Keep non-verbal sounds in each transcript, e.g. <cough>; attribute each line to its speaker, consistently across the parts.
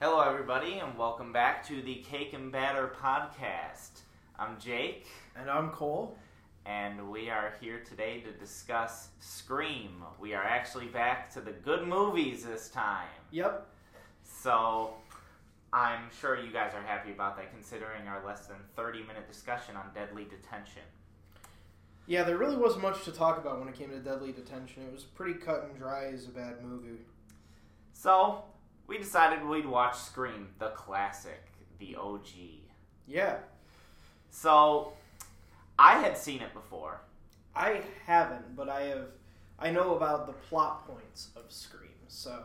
Speaker 1: everybody, and welcome back to the Cake and Batter podcast. I'm Jake,
Speaker 2: And I'm Cole.
Speaker 1: and we are here today to discuss Scream. We are actually back to the good movies this time.
Speaker 2: Yep.
Speaker 1: So, I'm sure you guys are happy about that considering our less than 30 minute discussion on Deadly Detention.
Speaker 2: Yeah, there really wasn't much to talk about when it came to Deadly Detention. It was pretty cut and dry as a bad movie.
Speaker 1: So, we decided we'd watch Scream, the classic, the OG.
Speaker 2: Yeah,
Speaker 1: So, I had seen it before.
Speaker 2: I haven't, but I have. I know about the plot points of Scream, so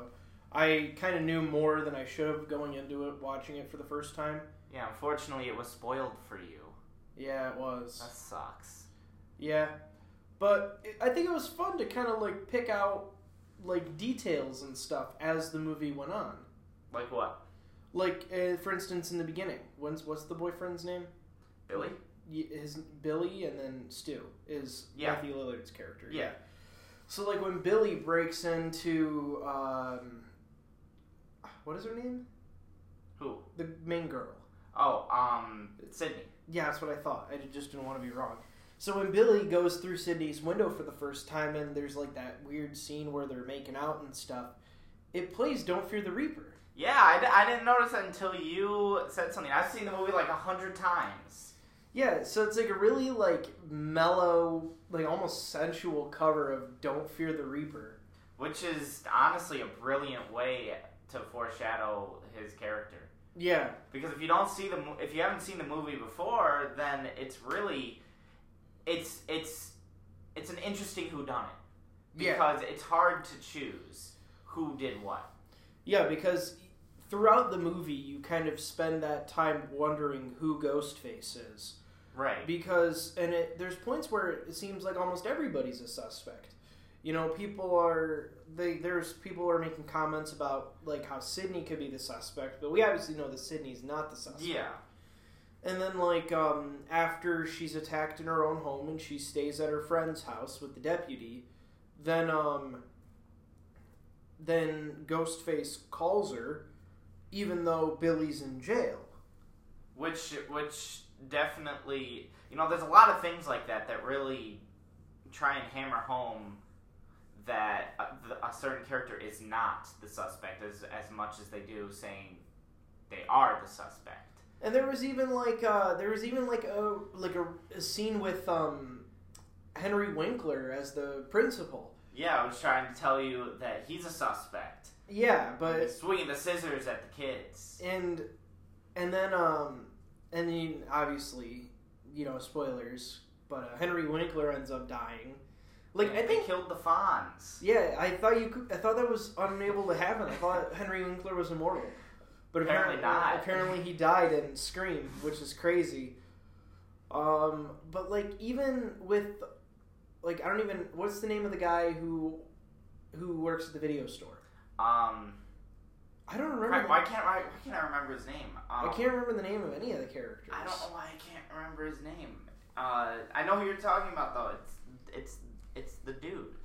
Speaker 2: I kind of knew more than I should have going into it, watching it for the first time.
Speaker 1: Yeah, unfortunately, it was spoiled for you.
Speaker 2: Yeah, it was.
Speaker 1: That sucks.
Speaker 2: Yeah, but it, I think it was fun to kind of like pick out like details and stuff as the movie went on.
Speaker 1: Like what?
Speaker 2: Like, uh, for instance, in the beginning, when's what's the boyfriend's name?
Speaker 1: Billy?
Speaker 2: y- his Billy and then Stu is
Speaker 1: Yeah.
Speaker 2: Matthew Lillard's character.
Speaker 1: Yeah.
Speaker 2: So like when Billy breaks into um, what is her name?
Speaker 1: Who?
Speaker 2: The main girl.
Speaker 1: Oh, um, Sydney.
Speaker 2: Yeah, that's what I thought. I just didn't want to be wrong. So when Billy goes through Sydney's window for the first time, and there's like that weird scene where they're making out and stuff, it plays "Don't Fear the Reaper."
Speaker 1: Yeah, I, d- I didn't notice that until you said something. I've seen the movie like a hundred times.
Speaker 2: Yeah, so it's like a really like mellow, like almost sensual cover of "Don't Fear the Reaper."
Speaker 1: Which is honestly a brilliant way to foreshadow his character.
Speaker 2: Yeah,
Speaker 1: because if you don't see the mo- if you haven't seen the movie before then it's really it's it's it's an interesting who done it
Speaker 2: Yeah.
Speaker 1: because it's hard to choose who did what
Speaker 2: Yeah, because throughout the movie, you kind of spend that time wondering who Ghostface is.
Speaker 1: right
Speaker 2: Because, and it, there's points where it seems like almost everybody's a suspect. You know, people are they there's people who are making comments about like how Sydney could be the suspect, but we obviously know that Sydney's not the suspect.
Speaker 1: yeah
Speaker 2: And then like um, after she's attacked in her own home and she stays at her friend's house with the deputy, then um, then Ghostface calls her, even though Billy's in jail.
Speaker 1: which which definitely you know there's a lot of things like that that really try and hammer home that a, the- a certain character is not the suspect as as much as they do saying they are the suspect
Speaker 2: And there was even like uh, there was even like a like a, a scene with um, Henry Winkler as the principal.
Speaker 1: Yeah, I was trying to tell you that he's a suspect.
Speaker 2: Yeah,
Speaker 1: He's
Speaker 2: but
Speaker 1: swinging the scissors at the kids.
Speaker 2: and and then um and then obviously you know spoilers but uh, henry winkler ends up dying like i
Speaker 1: They
Speaker 2: think
Speaker 1: killed the Fonz.
Speaker 2: yeah i thought you could, i thought that was unable to happen i thought <laughs> henry winkler was immortal but
Speaker 1: Apparently
Speaker 2: apparently
Speaker 1: not.
Speaker 2: apparently he died in scream which is crazy um but like even with like i don't even what's the name of the guy who who works at the video store
Speaker 1: Um,
Speaker 2: i don't remember
Speaker 1: crap,
Speaker 2: the-
Speaker 1: why can't I? Why can't I remember his name? Um,
Speaker 2: i can't remember the name of any of the characters
Speaker 1: I don't know why I can't remember his name. Uh, I know who you're talking about though. It's it's it's the dude,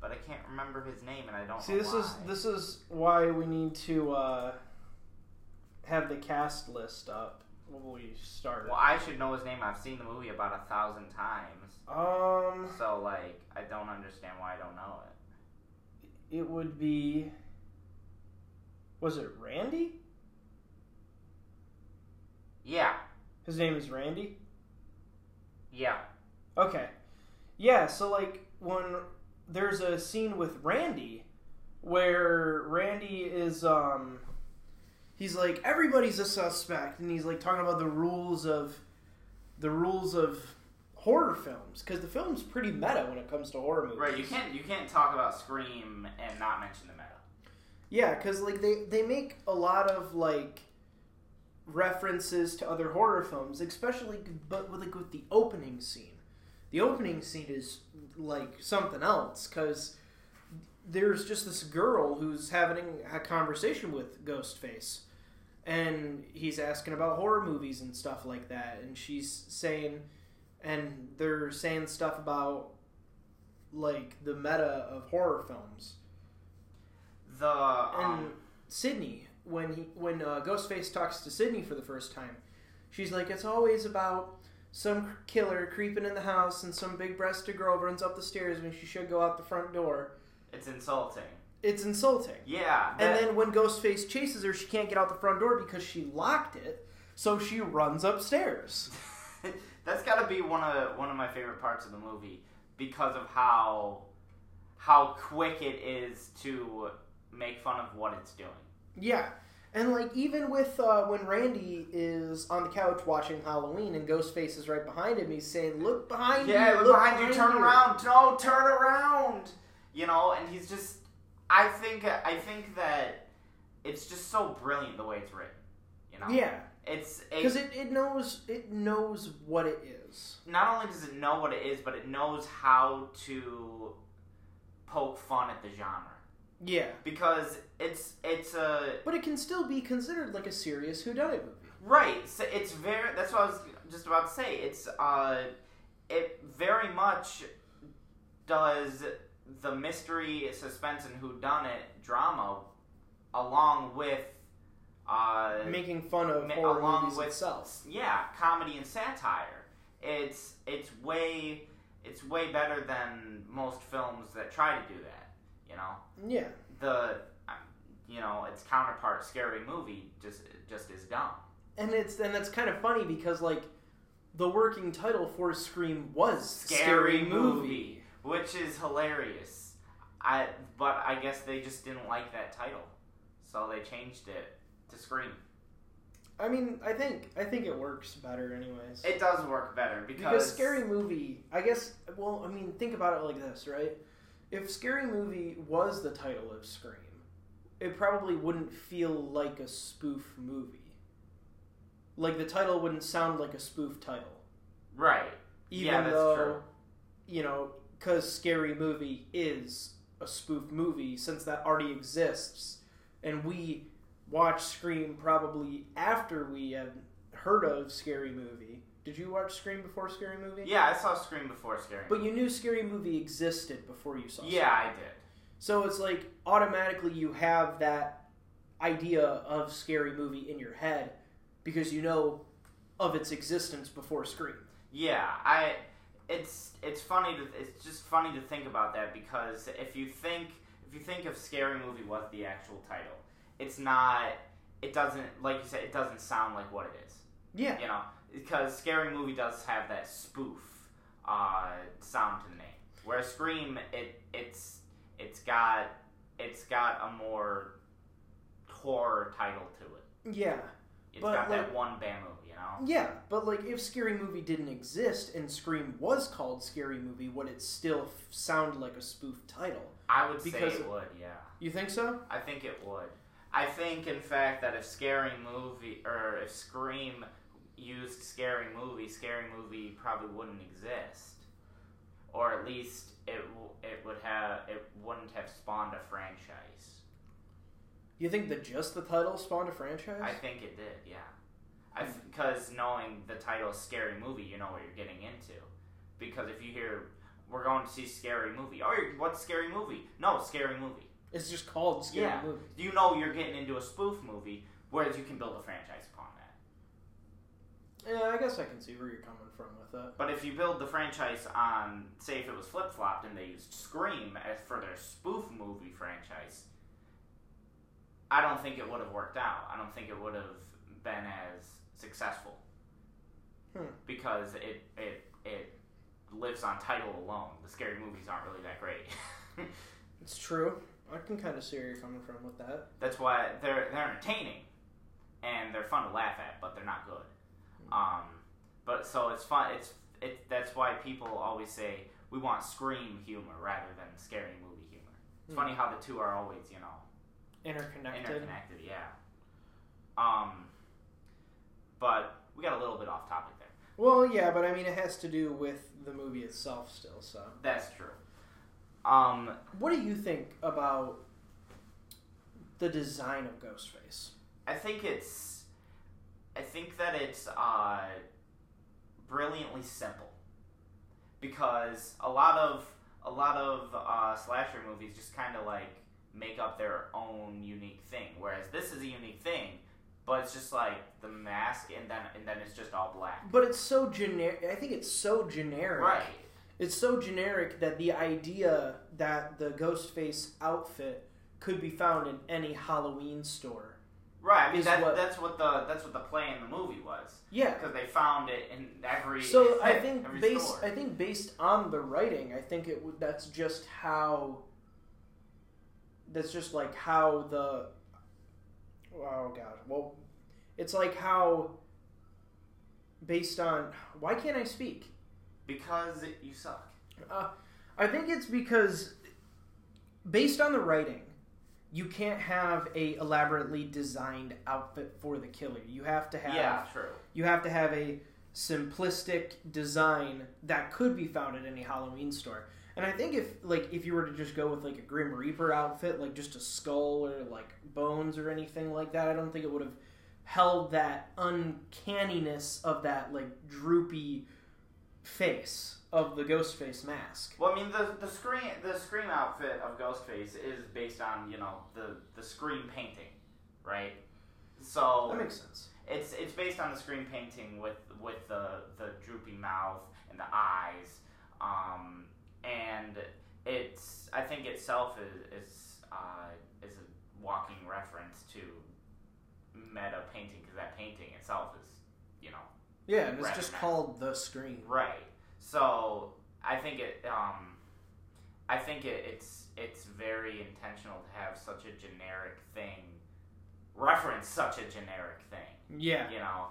Speaker 1: but I can't remember his name, and I don't.
Speaker 2: See,
Speaker 1: know
Speaker 2: this
Speaker 1: why.
Speaker 2: is this is why we need to uh, have the cast list up when we start.
Speaker 1: Well, I should know his name. I've seen the movie about a thousand times,
Speaker 2: Um,
Speaker 1: so like I don't understand why I don't know it.
Speaker 2: it would be. Was it Randy?
Speaker 1: Yeah,
Speaker 2: His name is Randy.
Speaker 1: yeah,
Speaker 2: Okay, yeah. So like when there's a scene with Randy, where Randy is um, he's like everybody's a suspect, and he's like talking about the rules of the rules of horror films because the film's pretty meta when it comes to horror movies.
Speaker 1: right. You can't you can't talk about Scream and not mention the meta.
Speaker 2: Yeah, because like they they make a lot of like references to other horror films, especially but with like with the opening scene. The opening scene is like something else because there's just this girl who's having a conversation with Ghostface, and he's asking about horror movies and stuff like that, and she's saying, and they're saying stuff about like the meta of horror films.
Speaker 1: The um,
Speaker 2: And Sydney when he when uh, Ghostface talks to Sydney for the first time, she's like, "It's always about some killer creeping in the house and some big-breasted girl runs up the stairs when she should go out the front door."
Speaker 1: It's insulting.
Speaker 2: It's insulting.
Speaker 1: Yeah.
Speaker 2: And
Speaker 1: that-
Speaker 2: then when Ghostface chases her, she can't get out the front door because she locked it, so she runs upstairs.
Speaker 1: That's got to be one of one of my favorite parts of the movie because of how how quick it is to make fun of what it's doing.
Speaker 2: Yeah. And like even with uh, when Randy is on the couch watching Halloween and Ghostface is right behind him, he's saying, "Look behind
Speaker 1: yeah,
Speaker 2: you!
Speaker 1: look behind you, turn around. No, turn around. You know, and he's just I think I think that it's just so brilliant the way it's written. You know.
Speaker 2: Yeah,
Speaker 1: It's
Speaker 2: because
Speaker 1: it,
Speaker 2: it, it knows it knows what it is.
Speaker 1: not only does it know what it is, but it knows how to poke fun at the genre
Speaker 2: Yeah,
Speaker 1: because it's it's a
Speaker 2: but it can still be considered like a serious whodunit movie.
Speaker 1: Right. So it's very. That's what I was just about to say. It's uh, it very much does the mystery, suspense, and whodunit drama, along with uh,
Speaker 2: making fun of
Speaker 1: ma-
Speaker 2: horror
Speaker 1: along
Speaker 2: movies
Speaker 1: with-
Speaker 2: itself.
Speaker 1: yeah, comedy and satire. It's it's way it's way better than most films that try to do that. You know
Speaker 2: Yeah,
Speaker 1: the um, you know its counterpart, scary movie, just just is dumb.
Speaker 2: and it's and that's kind of funny because like the working title for Scream was
Speaker 1: scary movie, which is hilarious. I but I guess they just didn't like that title, so they changed it to Scream.
Speaker 2: I mean, I think I think it works better anyways.
Speaker 1: It does work better because,
Speaker 2: Because Scary Movie, I guess, well, I mean, think about it like this, right? If Scary Movie was the title of Scream, it probably wouldn't feel like a spoof movie. Like, the title wouldn't sound like a spoof title.
Speaker 1: right?
Speaker 2: Even
Speaker 1: yeah, that's
Speaker 2: though,
Speaker 1: true.
Speaker 2: you know, because Scary Movie is a spoof movie, since that already exists, and we watch Scream probably after we had heard of Scary Movie. Did you watch Scream before Scary Movie?
Speaker 1: Yeah, I saw Scream before Scary.
Speaker 2: But
Speaker 1: Movie.
Speaker 2: you knew Scary Movie existed before you saw it.
Speaker 1: yeah, I did.
Speaker 2: So it's like automatically you have that idea of Scary Movie in your head because you know of its existence before Scream.
Speaker 1: Yeah, I. It's it's funny to it's just funny to think about that because if you think if you think of Scary Movie was the actual title, it's not. It doesn't like you said. It doesn't sound like what it is.
Speaker 2: Yeah.
Speaker 1: you know, because scary movie does have that spoof uh, sound to the name. Where Scream, it it's it's got it's got a more horror title to it.
Speaker 2: Yeah.
Speaker 1: It's
Speaker 2: But,
Speaker 1: got
Speaker 2: like-
Speaker 1: that one bambo, you know.
Speaker 2: Yeah. But like if Scary Movie didn't exist and Scream was called Scary Movie, would it still f- sound like a spoof title?
Speaker 1: I would
Speaker 2: Because-
Speaker 1: say it would, yeah.
Speaker 2: You think so?
Speaker 1: I think it would. I think, in fact, that if Scary Movie or if Scream used Scary Movie, Scary Movie probably wouldn't exist, or at least it w- it would have it wouldn't have spawned a franchise.
Speaker 2: You think that just the title spawned a franchise?
Speaker 1: I think it did, yeah. I because knowing the title "Scary Movie," you know what you're getting into. Because if you hear "We're going to see Scary Movie," oh, you're- what's Scary Movie? No, Scary Movie.
Speaker 2: it's just called Scary
Speaker 1: Yeah.
Speaker 2: Movie.
Speaker 1: you know you're getting into a spoof movie, whereas you can build a franchise upon that.
Speaker 2: Yeah, I guess I can see where you're coming from with it.
Speaker 1: But if you build the franchise on, say, if it was flip flopped and they used Scream as for their spoof movie franchise, I don't think it would have worked out. I don't think it would have been as successful
Speaker 2: Hmm.
Speaker 1: because it it it lives on title alone. The scary movies aren't really that great.
Speaker 2: It's true. I can kind of see where you're coming from with that.
Speaker 1: That's why they're they're entertaining, and they're fun to laugh at, but they're not good. Um, but so it's fun. It's it. That's why people always say we want scream humor rather than scary movie humor. It's
Speaker 2: Hmm.
Speaker 1: funny how the two are always you know
Speaker 2: Interconnected.
Speaker 1: interconnected. Yeah. Um. But we got a little bit off topic there.
Speaker 2: Well, yeah, but I mean, it has to do with the movie itself still, so.
Speaker 1: That's true. Um.
Speaker 2: What do you think about the design of Ghostface?
Speaker 1: I think it's. I think that it's uh, brilliantly simple, because a lot of a lot of uh, slasher movies just kind of like make up their own unique thing. Whereas this is a unique thing, but it's just like the mask, and then and then it's just all black.
Speaker 2: But it's so generic. I think it's so generic.
Speaker 1: Right.
Speaker 2: It's so generic that the idea that the Ghostface outfit could be found in any Halloween store.
Speaker 1: Right. I mean
Speaker 2: Is
Speaker 1: that,
Speaker 2: what-
Speaker 1: that's what the that's what the play in the movie was
Speaker 2: Yeah.
Speaker 1: because they found it in every.
Speaker 2: So I think
Speaker 1: every
Speaker 2: based
Speaker 1: store.
Speaker 2: I think based on the writing, I think it would that's just how that's just like how the oh god. Well, it's like how based on why can't I speak? Uh,
Speaker 1: because you suck.
Speaker 2: I think it's because based on the writing, you can't have a elaborately designed outfit for the killer. You have to have
Speaker 1: Yeah, true.
Speaker 2: you have to have a simplistic design that could be found at any Halloween store. And I think if like if you were to just go with like a Grim Reaper outfit, like just a skull or like bones or anything like that, I don't think it would have held that uncanniness of that like droopy face of the ghost face mask.
Speaker 1: Well, I mean the the scream the scream outfit of Ghostface is based on you know the the scream painting, right? So
Speaker 2: That makes sense.
Speaker 1: It's it's based on the screen painting with with the the droopy mouth and the eyes, um, and it's I think itself is is uh, is a walking reference to meta painting because that painting itself is you know
Speaker 2: Yeah, and it's
Speaker 1: Right.
Speaker 2: just called the screen.
Speaker 1: right. So I think it um, I think it, it's it's very intentional to have such a generic thing reference such a generic thing
Speaker 2: Yeah.
Speaker 1: you know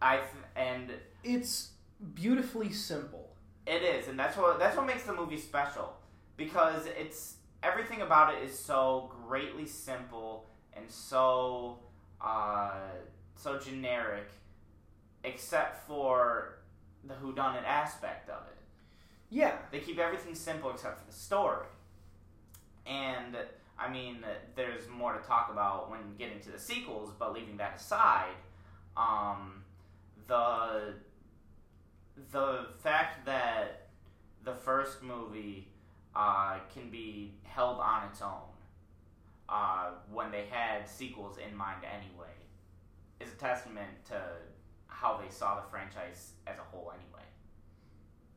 Speaker 1: i th- and
Speaker 2: It's beautifully simple.
Speaker 1: it is and that's what that's what makes the movie special because it's everything about it is so greatly simple and so uh so generic except for the who done it aspect of it
Speaker 2: Yeah.
Speaker 1: they keep everything simple except for the story. And I mean, there's more to talk about when getting to the sequels, but leaving that aside, um, the the fact that the first movie uh, can be held on its own uh, when they had sequels in mind anyway is a testament to how they saw the franchise as a whole anyway.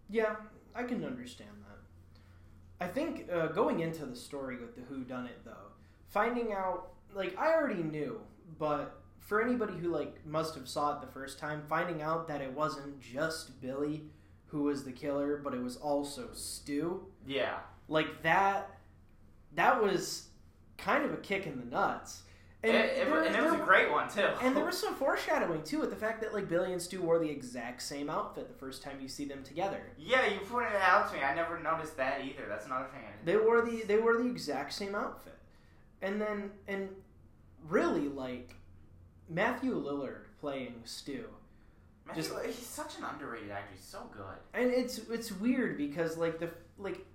Speaker 2: Yeah, I can understand that. I think uh, going into the story with the Who Done It though, finding out like I already knew, but for anybody who like must have saw it the first time, finding out that it wasn't just Billy who was the killer, but it was also Stu,
Speaker 1: Yeah.
Speaker 2: like that, that was kind of a kick in the nuts.
Speaker 1: And it, it-
Speaker 2: there-
Speaker 1: and it was
Speaker 2: there-
Speaker 1: a great one too. <laughs>
Speaker 2: and there was some foreshadowing too with the fact that like Billy and Stu wore the exact same outfit the first time you see them together.
Speaker 1: yeah, you pointed it out to me. I never noticed that either. That's another thing. I
Speaker 2: They wore the they wore the exact same outfit, and then and really like Matthew Lillard playing Stu,
Speaker 1: Man,
Speaker 2: just-
Speaker 1: he- he's such an underrated actor. He's so good.
Speaker 2: and it's it's weird because like the like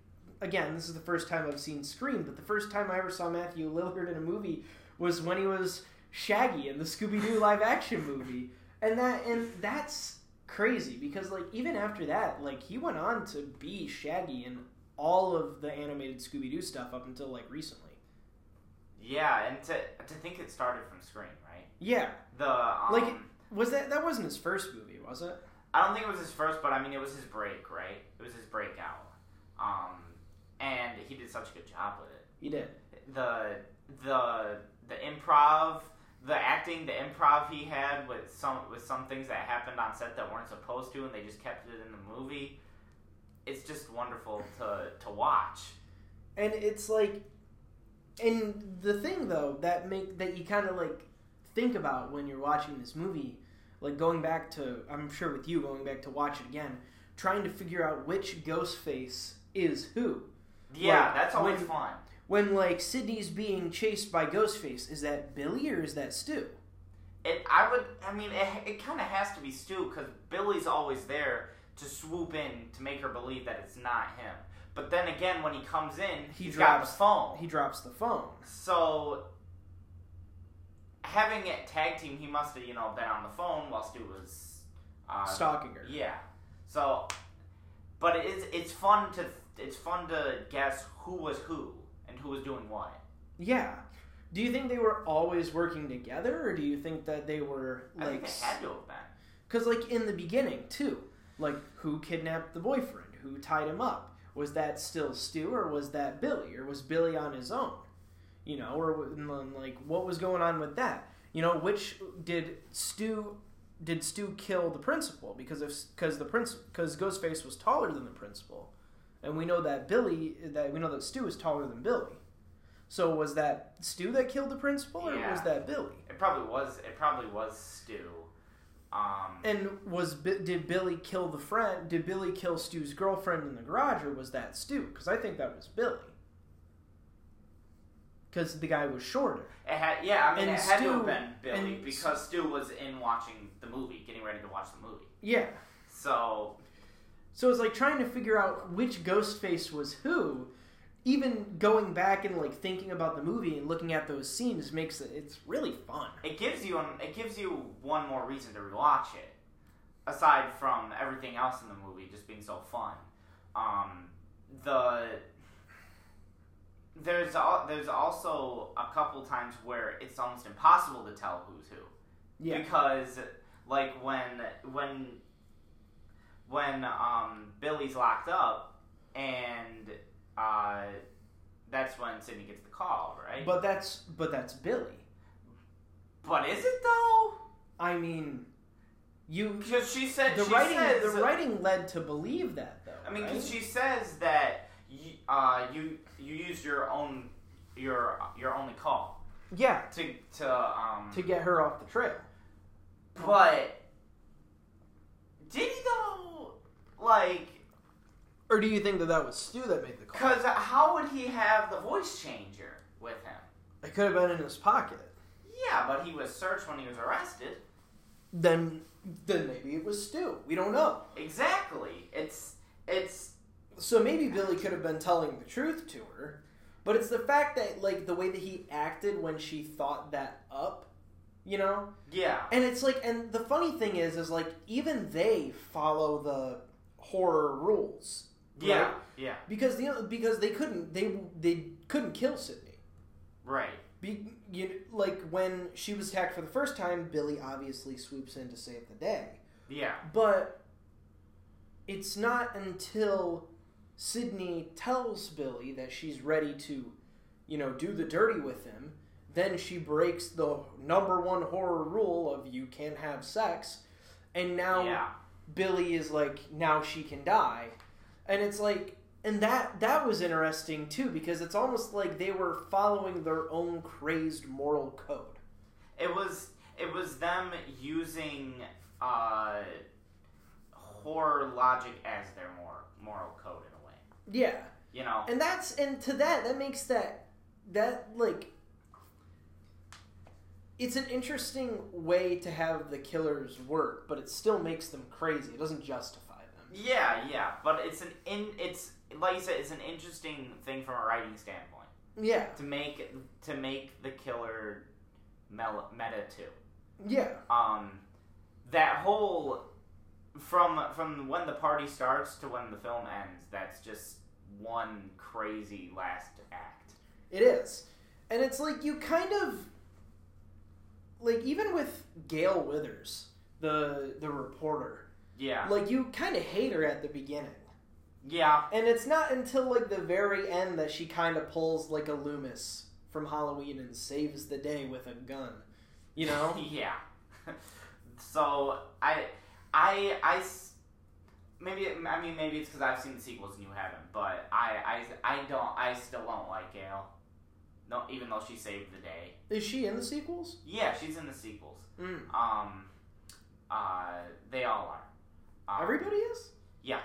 Speaker 2: again this is the first time I've seen Scream, but the first time I ever saw Matthew Lillard in a movie was when he was Shaggy in the Scooby Doo live action movie, and that and that's crazy because like even after that like he went on to be Shaggy in all of the animated Scooby Doo stuff up until like recently.
Speaker 1: Yeah, and to to think it started from Scream, right?
Speaker 2: Yeah,
Speaker 1: The um,
Speaker 2: Like- Was that that wasn't his first movie, was it?
Speaker 1: I don't think it was his first, but I mean it was his break, right? It was his breakout. Um, and he did such a good job with it.
Speaker 2: He did.
Speaker 1: the the the improv the acting the improv he had with some with some things that happened on set that weren't supposed to and they just kept it in the movie it's just wonderful to to watch
Speaker 2: And it's like and the thing though that make that you kind of like think about when you're watching this movie, like going back to I'm sure with you going back to watch it again, trying to figure out which ghost face is who.
Speaker 1: yeah
Speaker 2: Like,
Speaker 1: that's always
Speaker 2: when-
Speaker 1: fun
Speaker 2: When like Sydney's being chased by Ghostface, is that Billy or is that Stu?
Speaker 1: it i would i mean it, it kind of has to be stu because billy's always there to swoop in to make her believe that it's not him but then again when he comes in
Speaker 2: He
Speaker 1: he's got
Speaker 2: drops-
Speaker 1: his phone
Speaker 2: He drops the phone.
Speaker 1: So having it tag team, he must have you know been on the phone while Stu was uh,
Speaker 2: Stalking her.
Speaker 1: Yeah. So, but it's it's fun to it's fun to guess who was who and who was doing what.
Speaker 2: Yeah. Do you think they were always working together, or do you think that they were
Speaker 1: I think
Speaker 2: like?
Speaker 1: they had to have been.
Speaker 2: Because like in the beginning too, like who kidnapped the boyfriend? Who tied him up? Was that still Stu, or was that Billy, or was Billy on his own? You know, or w- and then, like what was going on with that? You know, which did Stu? Did Stu kill the principal? Because if because the principal because Ghostface was taller than the principal, and we know that Billy that we know that Stu is taller than Billy. So was that Stu that killed the principal, or
Speaker 1: Yeah.
Speaker 2: was that Billy?
Speaker 1: It probably was. It probably was Stu. Um,
Speaker 2: And was Bi- did Billy kill the friend? Did Billy kill Stu's girlfriend in the garage, or was that Stu? Because I think that was Billy. Because the guy was shorter.
Speaker 1: it had, yeah, I mean,
Speaker 2: and
Speaker 1: it had to
Speaker 2: Stu-
Speaker 1: have been Billy
Speaker 2: and-
Speaker 1: because Stu was in watching the movie, getting ready to watch the movie.
Speaker 2: Yeah.
Speaker 1: So
Speaker 2: So it's like trying to figure out which Ghostface was who. Even going back and like thinking about the movie and looking at those scenes makes it. It's really fun.
Speaker 1: it gives you an, it gives you one more reason to rewatch it, aside from everything else in the movie just being so fun. Um, the there's al- there's also a couple times where it's almost impossible to tell who's who.
Speaker 2: Yeah.
Speaker 1: because like when when when um Billy's locked up and uh that's when Sydney gets the call, right?
Speaker 2: But that's but that's Billy.
Speaker 1: but is it though?
Speaker 2: I mean, you.
Speaker 1: Because she said
Speaker 2: The
Speaker 1: she
Speaker 2: writing
Speaker 1: says,
Speaker 2: the writing led to believe that though.
Speaker 1: I mean,
Speaker 2: right?
Speaker 1: 'cause she says that you uh you you use your own your your only call
Speaker 2: yeah.
Speaker 1: to to um
Speaker 2: to get her off the trail.
Speaker 1: but did he though like
Speaker 2: Or do you think that that was Stu that made the call?
Speaker 1: Because how would he have the voice changer with him?
Speaker 2: It could have been in his pocket.
Speaker 1: Yeah, but he was searched when he was arrested.
Speaker 2: Then, then maybe it was Stu. We don't know.
Speaker 1: Exactly. It's it's
Speaker 2: So maybe Billy could have been telling the truth to her. But it's the fact that, like, the way that he acted when she thought that up, you know?
Speaker 1: yeah.
Speaker 2: And it's like, and the funny thing is, is like, even they follow the horror rules. right?
Speaker 1: Yeah. Yeah.
Speaker 2: Because the because they couldn't they they couldn't kill Sydney.
Speaker 1: Right.
Speaker 2: Be, you like when she was attacked for the first time, Billy obviously swoops in to save the day.
Speaker 1: Yeah.
Speaker 2: But it's not until Sydney tells Billy that she's ready to, you know, do the dirty with him, then she breaks the number one horror rule of you can't have sex, and now
Speaker 1: yeah.
Speaker 2: Billy is like now she can die, and it's like and that that was interesting too because it's almost like they were following their own crazed moral code.
Speaker 1: It was it was them using uh horror logic as their moral moral code in a way.
Speaker 2: Yeah,
Speaker 1: You know.
Speaker 2: and that's and to that that makes that that like it's an interesting way to have the killers work, but it still makes them crazy. It doesn't justify them.
Speaker 1: Yeah, yeah. But it's an in it's like you said, it's an interesting thing from a writing standpoint.
Speaker 2: Yeah,
Speaker 1: to make to make the killer mel- meta too.
Speaker 2: yeah,
Speaker 1: Um, that whole from from when the party starts to when the film ends, that's just one crazy last act.
Speaker 2: it is, and it's like you kind of like even with Gail Withers, the the reporter,
Speaker 1: Yeah,
Speaker 2: like you kind of hate her at the beginning.
Speaker 1: yeah,
Speaker 2: And it's not until like the very end that she kind of pulls like a Loomis from Halloween and saves the day with a gun.
Speaker 1: <laughs>
Speaker 2: You know?
Speaker 1: yeah. so I, I, I s- Maybe it- I mean maybe it's because I've seen the sequels and you haven't, but I, I I don't I still don't like Gail, no even though she saved the day.
Speaker 2: Is she in the sequels?
Speaker 1: Yeah, she's in the sequels.
Speaker 2: Mm.
Speaker 1: Um, uh, they all are. Um,
Speaker 2: Everybody is?
Speaker 1: Yeah.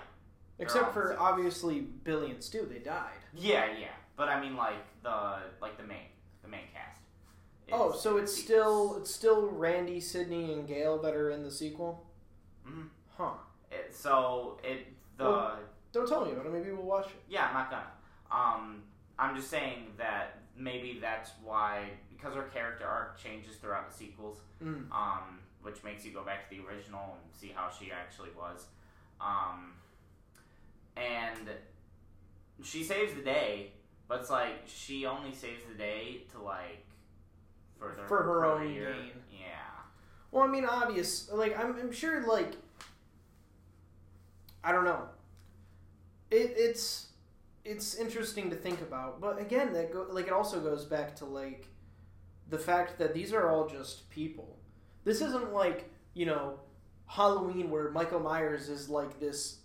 Speaker 2: Except
Speaker 1: all
Speaker 2: for
Speaker 1: sequels.
Speaker 2: obviously Billy and Stu, they died.
Speaker 1: Yeah, yeah. But I mean, like the like the main the main cast. is
Speaker 2: oh, so it's
Speaker 1: sequels.
Speaker 2: still it's still Randy, Sydney, and Gail that are in the sequel?
Speaker 1: Mhm.
Speaker 2: Huh.
Speaker 1: It, so it the
Speaker 2: Well- Don't tell me about it, maybe we'll watch it.
Speaker 1: yeah. I'm not gonna. Um, I'm just saying that maybe that's why because her character arc changes throughout the sequels.
Speaker 2: Mm.
Speaker 1: um, which makes you go back to the original and see how she actually was. Um, and she saves the day, But it's like she only saves the day to like for their
Speaker 2: For her own
Speaker 1: career.
Speaker 2: gain.
Speaker 1: Yeah.
Speaker 2: Well, I mean, obvious. Like, I'm, I'm sure, like, I don't know. It, it's it's interesting to think about, but again, that go, like it also goes back to like the fact that these are all just people. This isn't like you know Halloween where Michael Myers is like this,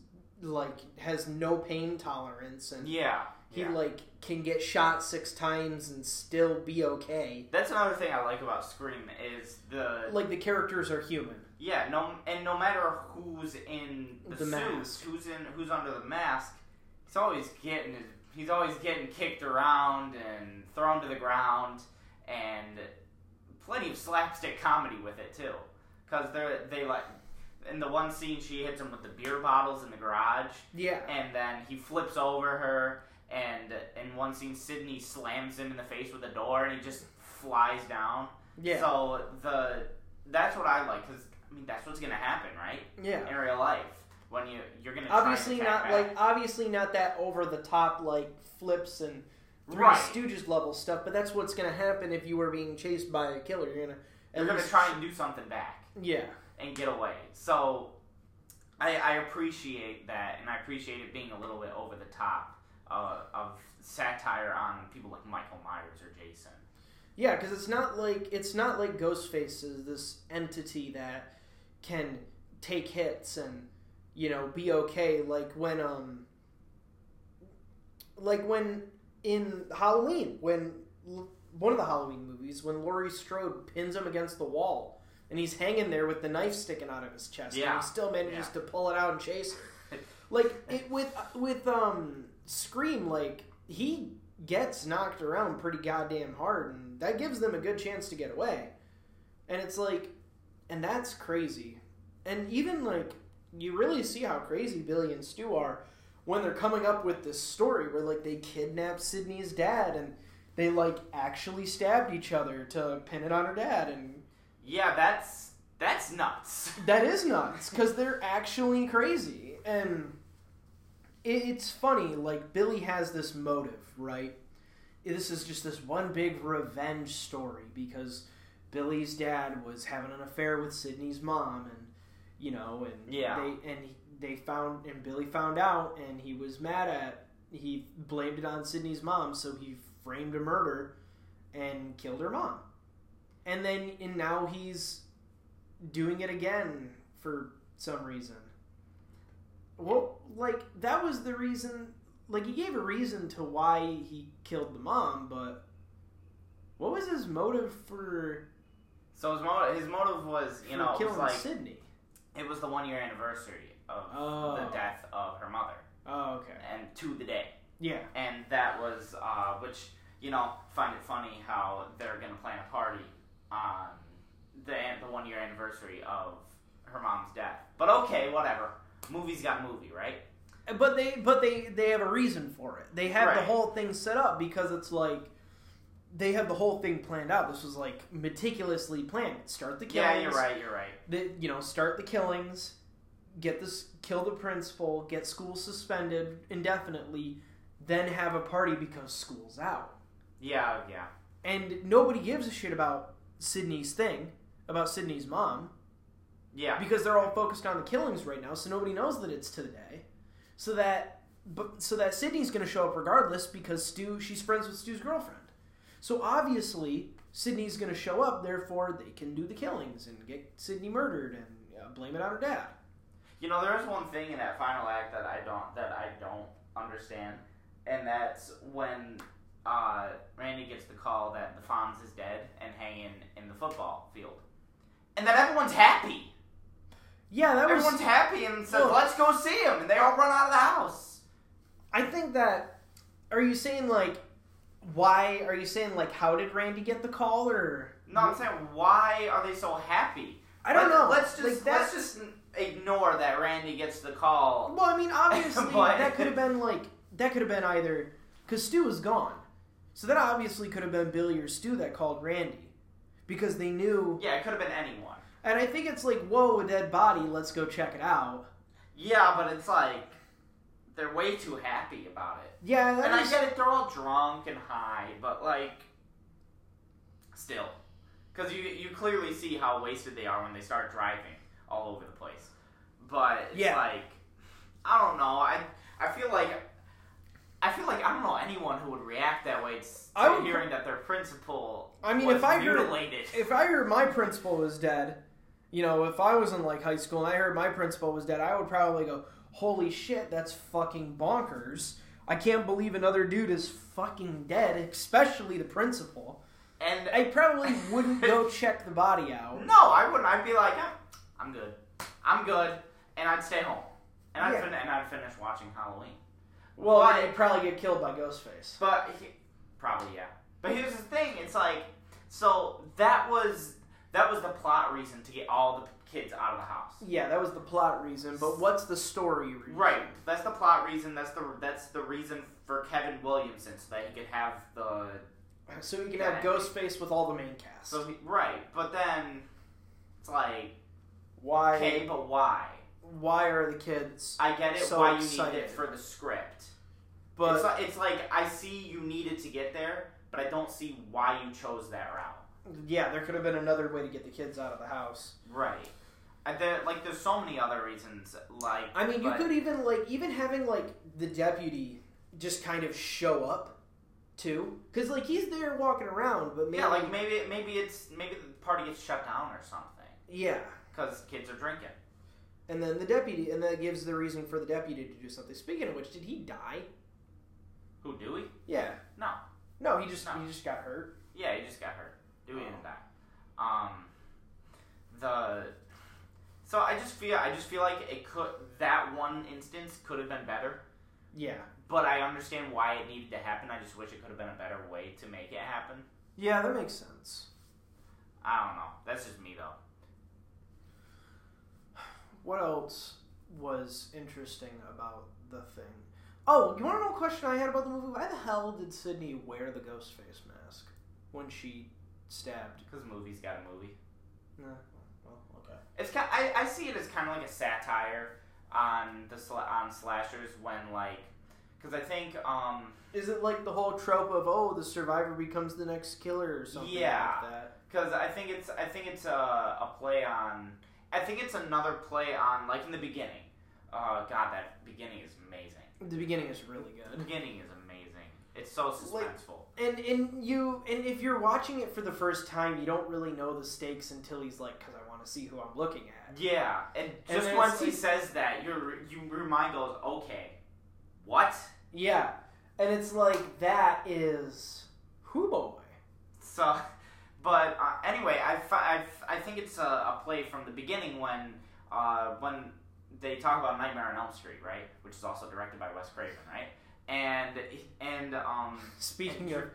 Speaker 2: like has no pain tolerance and
Speaker 1: Yeah.
Speaker 2: he
Speaker 1: yeah.
Speaker 2: like can get shot six times and still be okay.
Speaker 1: That's another thing I like about Scream is the
Speaker 2: Like the characters are human.
Speaker 1: yeah no and no matter who's in the,
Speaker 2: The
Speaker 1: suit,
Speaker 2: mask.
Speaker 1: who's in who's under the mask, he's always getting his, he's always getting kicked around and thrown to the ground and plenty of slapstick comedy with it too because they're they like in the one scene she hits him with the beer bottles in the garage
Speaker 2: Yeah.
Speaker 1: and then he flips over her and in one scene sydney slams him in the face with a door and he just flies down
Speaker 2: Yeah.
Speaker 1: so the that's what i like because i mean that's what's gonna happen right
Speaker 2: yeah.
Speaker 1: in real life when you you're gonna try and
Speaker 2: obviously not
Speaker 1: attack back.
Speaker 2: like obviously not that over the top like flips and Three
Speaker 1: right
Speaker 2: Stooges level stuff, but that's what's gonna happen if you were being chased by a killer. You're gonna
Speaker 1: you're gonna
Speaker 2: least-
Speaker 1: try and do something back
Speaker 2: yeah
Speaker 1: and get away so I, I appreciate that and i appreciate it being a little bit over the top uh, of satire on people like michael myers or jason <laughs>
Speaker 2: yeah because it's not like it's not like Ghostface is this entity that can take hits and you know be okay like when um like when in Halloween when l- one of the Halloween movies when Laurie Strode pins him against the wall and he's hanging there with the knife sticking out of his chest
Speaker 1: Yeah.
Speaker 2: and he still manages
Speaker 1: Yeah.
Speaker 2: to pull it out and chase her like it with with um Scream like he gets knocked around pretty goddamn hard and that gives them a good chance to get away and it's like and that's crazy and even like you really see how crazy Billy and Stu are when they're coming up with this story where like they kidnapped Sydney's dad and they like actually stabbed each other to pin it on her dad and
Speaker 1: yeah that's that's nuts
Speaker 2: that is nuts because they're actually crazy and it, it's funny like Billy has this motive right this is just this one big revenge story because Billy's dad was having an affair with Sydney's mom and you know and
Speaker 1: Yeah.
Speaker 2: they and he, they found and Billy found out and he was mad at he blamed it on Sydney's mom so he framed a murder and killed her mom and then and now he's doing it again for some reason well like that was the reason like he gave a reason to why he killed the mom but what was his motive for
Speaker 1: So his motive, his motive was, you
Speaker 2: for
Speaker 1: know, it
Speaker 2: killing
Speaker 1: was like
Speaker 2: Sydney?
Speaker 1: it was the one year anniversary of
Speaker 2: Oh.
Speaker 1: the death of her mother,
Speaker 2: Oh, okay.
Speaker 1: and to the day,
Speaker 2: Yeah.
Speaker 1: and that was uh, which you know find it funny how they're gonna plan a party on the an- the one year anniversary of her mom's death. But okay, whatever. Movie's got movie, right?
Speaker 2: But they but they they have a reason for it. They have the
Speaker 1: Right.
Speaker 2: whole thing set up because it's like they have the whole thing planned out. This was like meticulously planned. Start the killings.
Speaker 1: Yeah, you're right. You're right.
Speaker 2: The, you know, start the killings, get this kill the principal, get school suspended indefinitely, then have a party because school's out.
Speaker 1: Yeah, yeah.
Speaker 2: And nobody gives a shit about Sydney's thing, about Sydney's mom.
Speaker 1: Yeah,
Speaker 2: because they're all focused on the killings right now, so nobody knows that it's today. So that, but so that Sydney's going to show up regardless because Stu, she's friends with Stu's girlfriend. So obviously Sydney's going to show up. Therefore, they can do the killings and get Sydney murdered and uh, blame it on her dad.
Speaker 1: You know, there is one thing in that final act that I don't that I don't understand, and that's when uh, Randy gets the call that the Fonz is dead and hanging in the football field, and then everyone's happy.
Speaker 2: Yeah, that was.
Speaker 1: Everyone's happy and says,
Speaker 2: Well-
Speaker 1: "Let's go see him," and they all run out of the house.
Speaker 2: I think that. Are you saying like, why? Are you saying like, how did Randy get the call or?
Speaker 1: No, I'm saying, why are they so happy?
Speaker 2: I don't know.
Speaker 1: Let's just
Speaker 2: Like,
Speaker 1: let's
Speaker 2: that's-
Speaker 1: just ignore that Randy gets the call.
Speaker 2: Well, I <laughs> mean, obviously
Speaker 1: But-
Speaker 2: that could have been like that could have been either because Stu was gone, so that obviously could have been Billy or Stu that called Randy because they knew.
Speaker 1: Yeah, it could have been anyone.
Speaker 2: And I think it's like, whoa, a dead body. Let's go check it out.
Speaker 1: Yeah, but it's like they're way too happy about it.
Speaker 2: Yeah, that
Speaker 1: And I
Speaker 2: is-
Speaker 1: get it; they're all drunk and high, but like, still, because you you clearly see how wasted they are when they start driving all over the place. But it's
Speaker 2: Yeah.
Speaker 1: like, I don't know. I I feel like. I feel like I don't know anyone who would react that way to,
Speaker 2: I
Speaker 1: to
Speaker 2: would-
Speaker 1: hearing that their principal
Speaker 2: I mean,
Speaker 1: was
Speaker 2: if I heard
Speaker 1: mutilated.
Speaker 2: if I heard my principal was dead, you know, if I was in like high school and I heard my principal was dead, I would probably go, "Holy shit, that's fucking bonkers! I can't believe another dude is fucking dead, especially the principal."
Speaker 1: and
Speaker 2: I probably
Speaker 1: <laughs>
Speaker 2: wouldn't go check the body out.
Speaker 1: No, I wouldn't. I'd be like, I'm, I'm good. I'm good, and I'd stay home, and I'd
Speaker 2: Yeah.
Speaker 1: fin- and I'd finish watching Halloween.
Speaker 2: Well,
Speaker 1: But-
Speaker 2: I'd probably get killed by Ghostface.
Speaker 1: But he- probably yeah. But here's the thing: it's like, so that was that was the plot reason to get all the kids out of the house.
Speaker 2: Yeah, that was the plot reason, but what's the story reason?
Speaker 1: Right. That's the plot reason. That's the that's the reason for Kevin Williamson so that he could have the
Speaker 2: So we can have Ghostface with all the main cast.
Speaker 1: so he, right. But then it's like
Speaker 2: Why?
Speaker 1: okay, but why?
Speaker 2: Why are the kids?
Speaker 1: I get it.
Speaker 2: So
Speaker 1: why you need
Speaker 2: excited.
Speaker 1: it for the script.
Speaker 2: But
Speaker 1: it's, like, it's like I see you needed to get there, but I don't see why you chose that route.
Speaker 2: yeah, there could have been another way to get the kids out of the house.
Speaker 1: Right. And there, like, there's so many other reasons. Like,
Speaker 2: I mean, you
Speaker 1: but-
Speaker 2: could even like even having like the deputy just kind of show up too, because like he's there walking around, but maybe
Speaker 1: yeah, like maybe maybe it's maybe the party gets shut down or something
Speaker 2: yeah.
Speaker 1: because kids are drinking.
Speaker 2: And then the deputy, and that gives the reason for the deputy to do something. Speaking of which, did he die?
Speaker 1: Who Dewey?
Speaker 2: Yeah.
Speaker 1: No.
Speaker 2: No, he just
Speaker 1: No.
Speaker 2: he just got hurt.
Speaker 1: Yeah, he just got hurt. Dewey didn't
Speaker 2: Oh.
Speaker 1: die. Um, the so I just feel I just feel like it could that one instance could have been better.
Speaker 2: Yeah.
Speaker 1: But I understand why it needed to happen. I just wish it could have been a better way to make it happen.
Speaker 2: Yeah, that makes sense.
Speaker 1: I don't know. That's just me though.
Speaker 2: What else was interesting about the thing? Oh, you want to know a question I had about the movie? Why the hell did Sydney wear the ghost face mask when she stabbed?
Speaker 1: Because movies got a movie.
Speaker 2: No. Well,
Speaker 1: Oh,
Speaker 2: okay.
Speaker 1: It's kind. I, I see it as kind of like a satire on the sla- on slashers when like, because I think um
Speaker 2: Is it like the whole trope of oh the survivor becomes the next killer or something
Speaker 1: Yeah.
Speaker 2: like that?
Speaker 1: because I think it's I think it's a a play on I think it's another play on like in the beginning. Uh, God, that beginning is amazing.
Speaker 2: The beginning is really
Speaker 1: The
Speaker 2: good.
Speaker 1: beginning is amazing. It's so
Speaker 2: Like-
Speaker 1: suspenseful.
Speaker 2: And and you and if you're watching it for the first time, you don't really know the stakes until he's like, because I want to see who I'm looking at.
Speaker 1: Yeah, and
Speaker 2: And
Speaker 1: just
Speaker 2: then
Speaker 1: once
Speaker 2: it's
Speaker 1: he
Speaker 2: like-
Speaker 1: says that, your you, your mind goes, okay, what?
Speaker 2: Yeah, and it's like that is who boy.
Speaker 1: So, <laughs> but uh, anyway, I, fi- I, f- I think it's a, a play from the beginning when uh, when they talk about Nightmare on Elm Street, right? Which is also directed by Wes Craven, right? And and um, <laughs>
Speaker 2: Speaking
Speaker 1: and
Speaker 2: of,
Speaker 1: tr-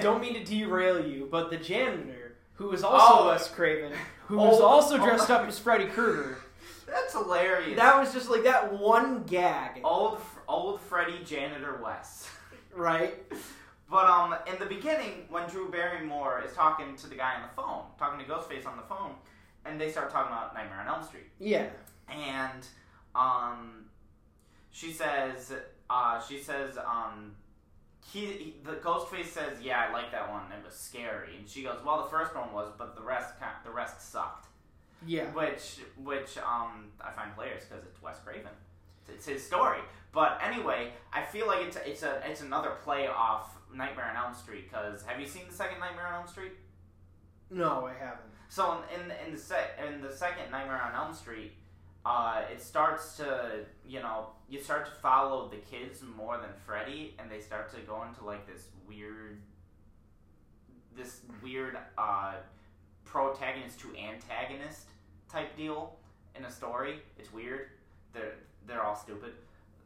Speaker 2: don't mean to derail you, but the janitor who is also
Speaker 1: Oh.
Speaker 2: Wes Craven, who
Speaker 1: Oh,
Speaker 2: was also
Speaker 1: oh.
Speaker 2: dressed up as
Speaker 1: <laughs>
Speaker 2: Freddy Krueger.
Speaker 1: that's hilarious.
Speaker 2: That was just like that one gag,
Speaker 1: old Fr- old Freddy janitor Wes.
Speaker 2: right?
Speaker 1: But um, in the beginning, when Drew Barrymore is talking to the guy on the phone, talking to Ghostface on the phone, and they start talking about Nightmare on Elm Street,
Speaker 2: Yeah.
Speaker 1: and um, she says, uh, she says, um, he, he the Ghostface says, yeah, I like that one. It was scary, and she goes, well, the first one was, but the rest, kind the rest sucked.
Speaker 2: Yeah.
Speaker 1: Which, which um, I find hilarious because it's Wes Craven. It's- It's his story. But anyway, I feel like it's it's a it's another play off Nightmare on Elm Street. Because have you seen the second Nightmare on Elm Street?
Speaker 2: No, I haven't.
Speaker 1: So in in, in the se- in the second Nightmare on Elm Street, uh, it starts to you know you start to follow the kids more than Freddy, and they start to go into like this weird, this weird uh, protagonist to antagonist type deal in a story. It's weird. They're they're all stupid.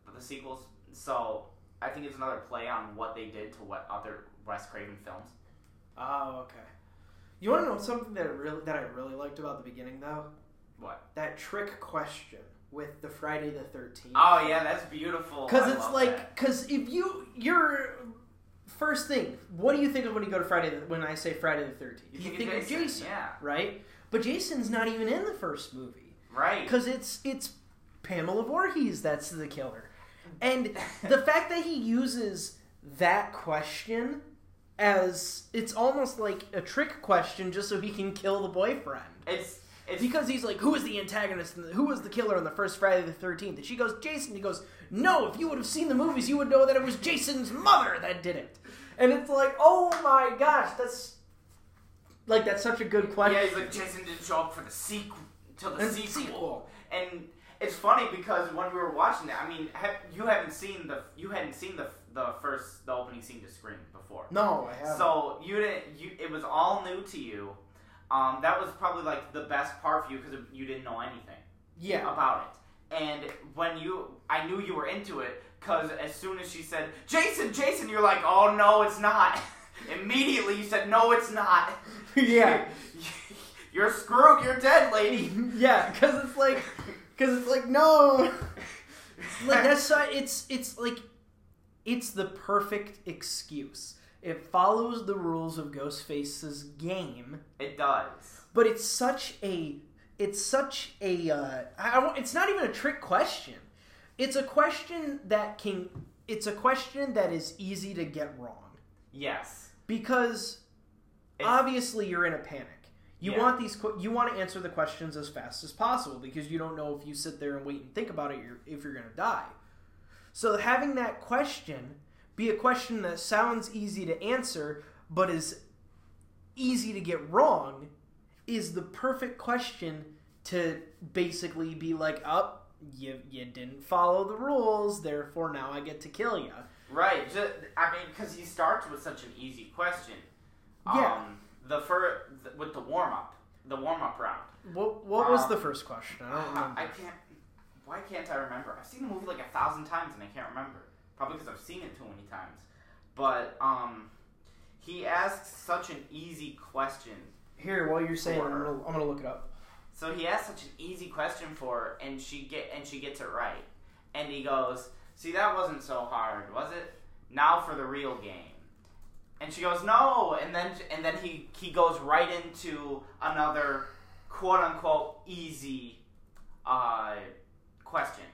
Speaker 1: But the sequels. So I think it's another play on what they did to what other Wes Craven films.
Speaker 2: Oh, okay. You want to know something that I really that I really liked about the beginning though?
Speaker 1: What?
Speaker 2: That trick question with the Friday the Thirteenth.
Speaker 1: Oh yeah, that's beautiful. I
Speaker 2: Because it's
Speaker 1: love that.
Speaker 2: like, because if you, your first thing, what do you think of when you go to Friday? The, when I say Friday the Thirteenth,
Speaker 1: You think of Jason, yeah.
Speaker 2: right? But Jason's not even in the first movie
Speaker 1: Right. <laughs>
Speaker 2: because it's it's Pamela Voorhees that's the killer, And the fact that he uses that question as it's almost like a trick question just so he can kill the boyfriend.
Speaker 1: It's it's
Speaker 2: Because he's like, who was the antagonist? And the, who was the killer on the first Friday the 13th? And she goes, Jason. He goes, no, if you would have seen the movies, you would know that it was Jason's mother that did it. And it's like, oh my gosh, that's. Like, that's such a good question.
Speaker 1: yeah, he's like Jason didn't show up for the sequel till the
Speaker 2: And
Speaker 1: sequel.
Speaker 2: sequel.
Speaker 1: and it's funny because when we were watching it, I mean, ha- you haven't seen the you hadn't seen the the first the opening scene to Scream before,
Speaker 2: No, I haven't.
Speaker 1: so you didn't. You it was all new to you. Um, that was probably like the best part for you because you didn't know anything
Speaker 2: yeah. <laughs>
Speaker 1: about it. And when you, I knew you were into it because as soon as she said, Jason, Jason, you're like, oh no, it's not. <laughs> Immediately you said, no, it's not.
Speaker 2: <laughs> Yeah.
Speaker 1: <laughs> you're screwed, you're dead, lady.
Speaker 2: <laughs>
Speaker 1: <laughs>
Speaker 2: yeah, because it's like, because it's like no, <laughs> like that's so, it's it's like, it's the perfect excuse. It follows the rules of Ghostface's game,
Speaker 1: it does.
Speaker 2: but it's such a it's such a uh, I, I won't- it's not even a trick question. It's a question that can it's a question that is easy to get wrong
Speaker 1: Yes.
Speaker 2: because
Speaker 1: It's-
Speaker 2: obviously you're in a panic. You
Speaker 1: Yeah.
Speaker 2: want these que- you want to answer the questions as fast as possible because you don't know if you sit there and wait and think about it you're, if you're going to die. So having that question be a question that sounds easy to answer but is easy to get wrong is the perfect question to basically be like, "Up, you you didn't follow the rules, therefore now I get to kill you."
Speaker 1: Right. Just, I mean, because he starts with such an easy question.
Speaker 2: Yeah.
Speaker 1: Um, the fir- th- with the warm up, the warm up round.
Speaker 2: What what was
Speaker 1: Um,
Speaker 2: the first question? I don't remember.
Speaker 1: I can't. Why can't I remember? I've seen the movie like a thousand times and I can't remember. Probably because I've seen it too many times. But um, he asks such an easy question.
Speaker 2: Here, while you're saying, it, I'm
Speaker 1: Or-
Speaker 2: gonna, I'm gonna look it up.
Speaker 1: So he asks such an easy question for her, and she get and she gets it right. And he goes, "See, that wasn't so hard, was it? Now for the real game." And she goes, "No." And then and then he he goes right into another quote unquote easy uh, question.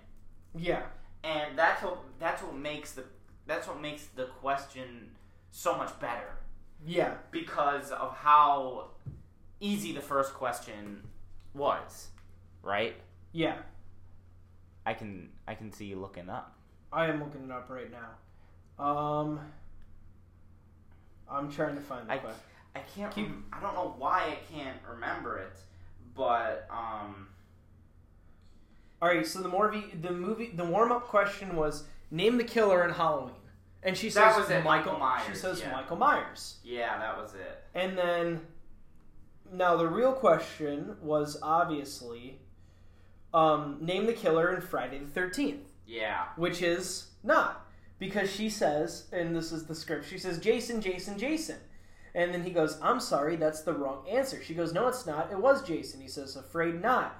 Speaker 2: Yeah,
Speaker 1: and that's what that's what makes the that's what makes the question so much better
Speaker 2: yeah,
Speaker 1: because of how easy the first question was right
Speaker 2: yeah.
Speaker 1: i can i can see you looking up
Speaker 2: I am looking it up right now. Um, I'm trying to find the
Speaker 1: I-
Speaker 2: question.
Speaker 1: i can't
Speaker 2: Keep-
Speaker 1: rem- i don't know why i can't remember it but um
Speaker 2: All right, so the movie, the movie, the warm up question was name the killer in Halloween, and she
Speaker 1: That
Speaker 2: says
Speaker 1: was it, Michael Myers,
Speaker 2: She says
Speaker 1: yeah.
Speaker 2: Michael Myers,
Speaker 1: yeah that was it
Speaker 2: and then now the real question was obviously um, name the killer in Friday the Thirteenth.
Speaker 1: yeah
Speaker 2: which is not because she says and this is the script she says jason jason jason and then he goes i'm sorry that's the wrong answer she goes no it's not it was jason he says afraid not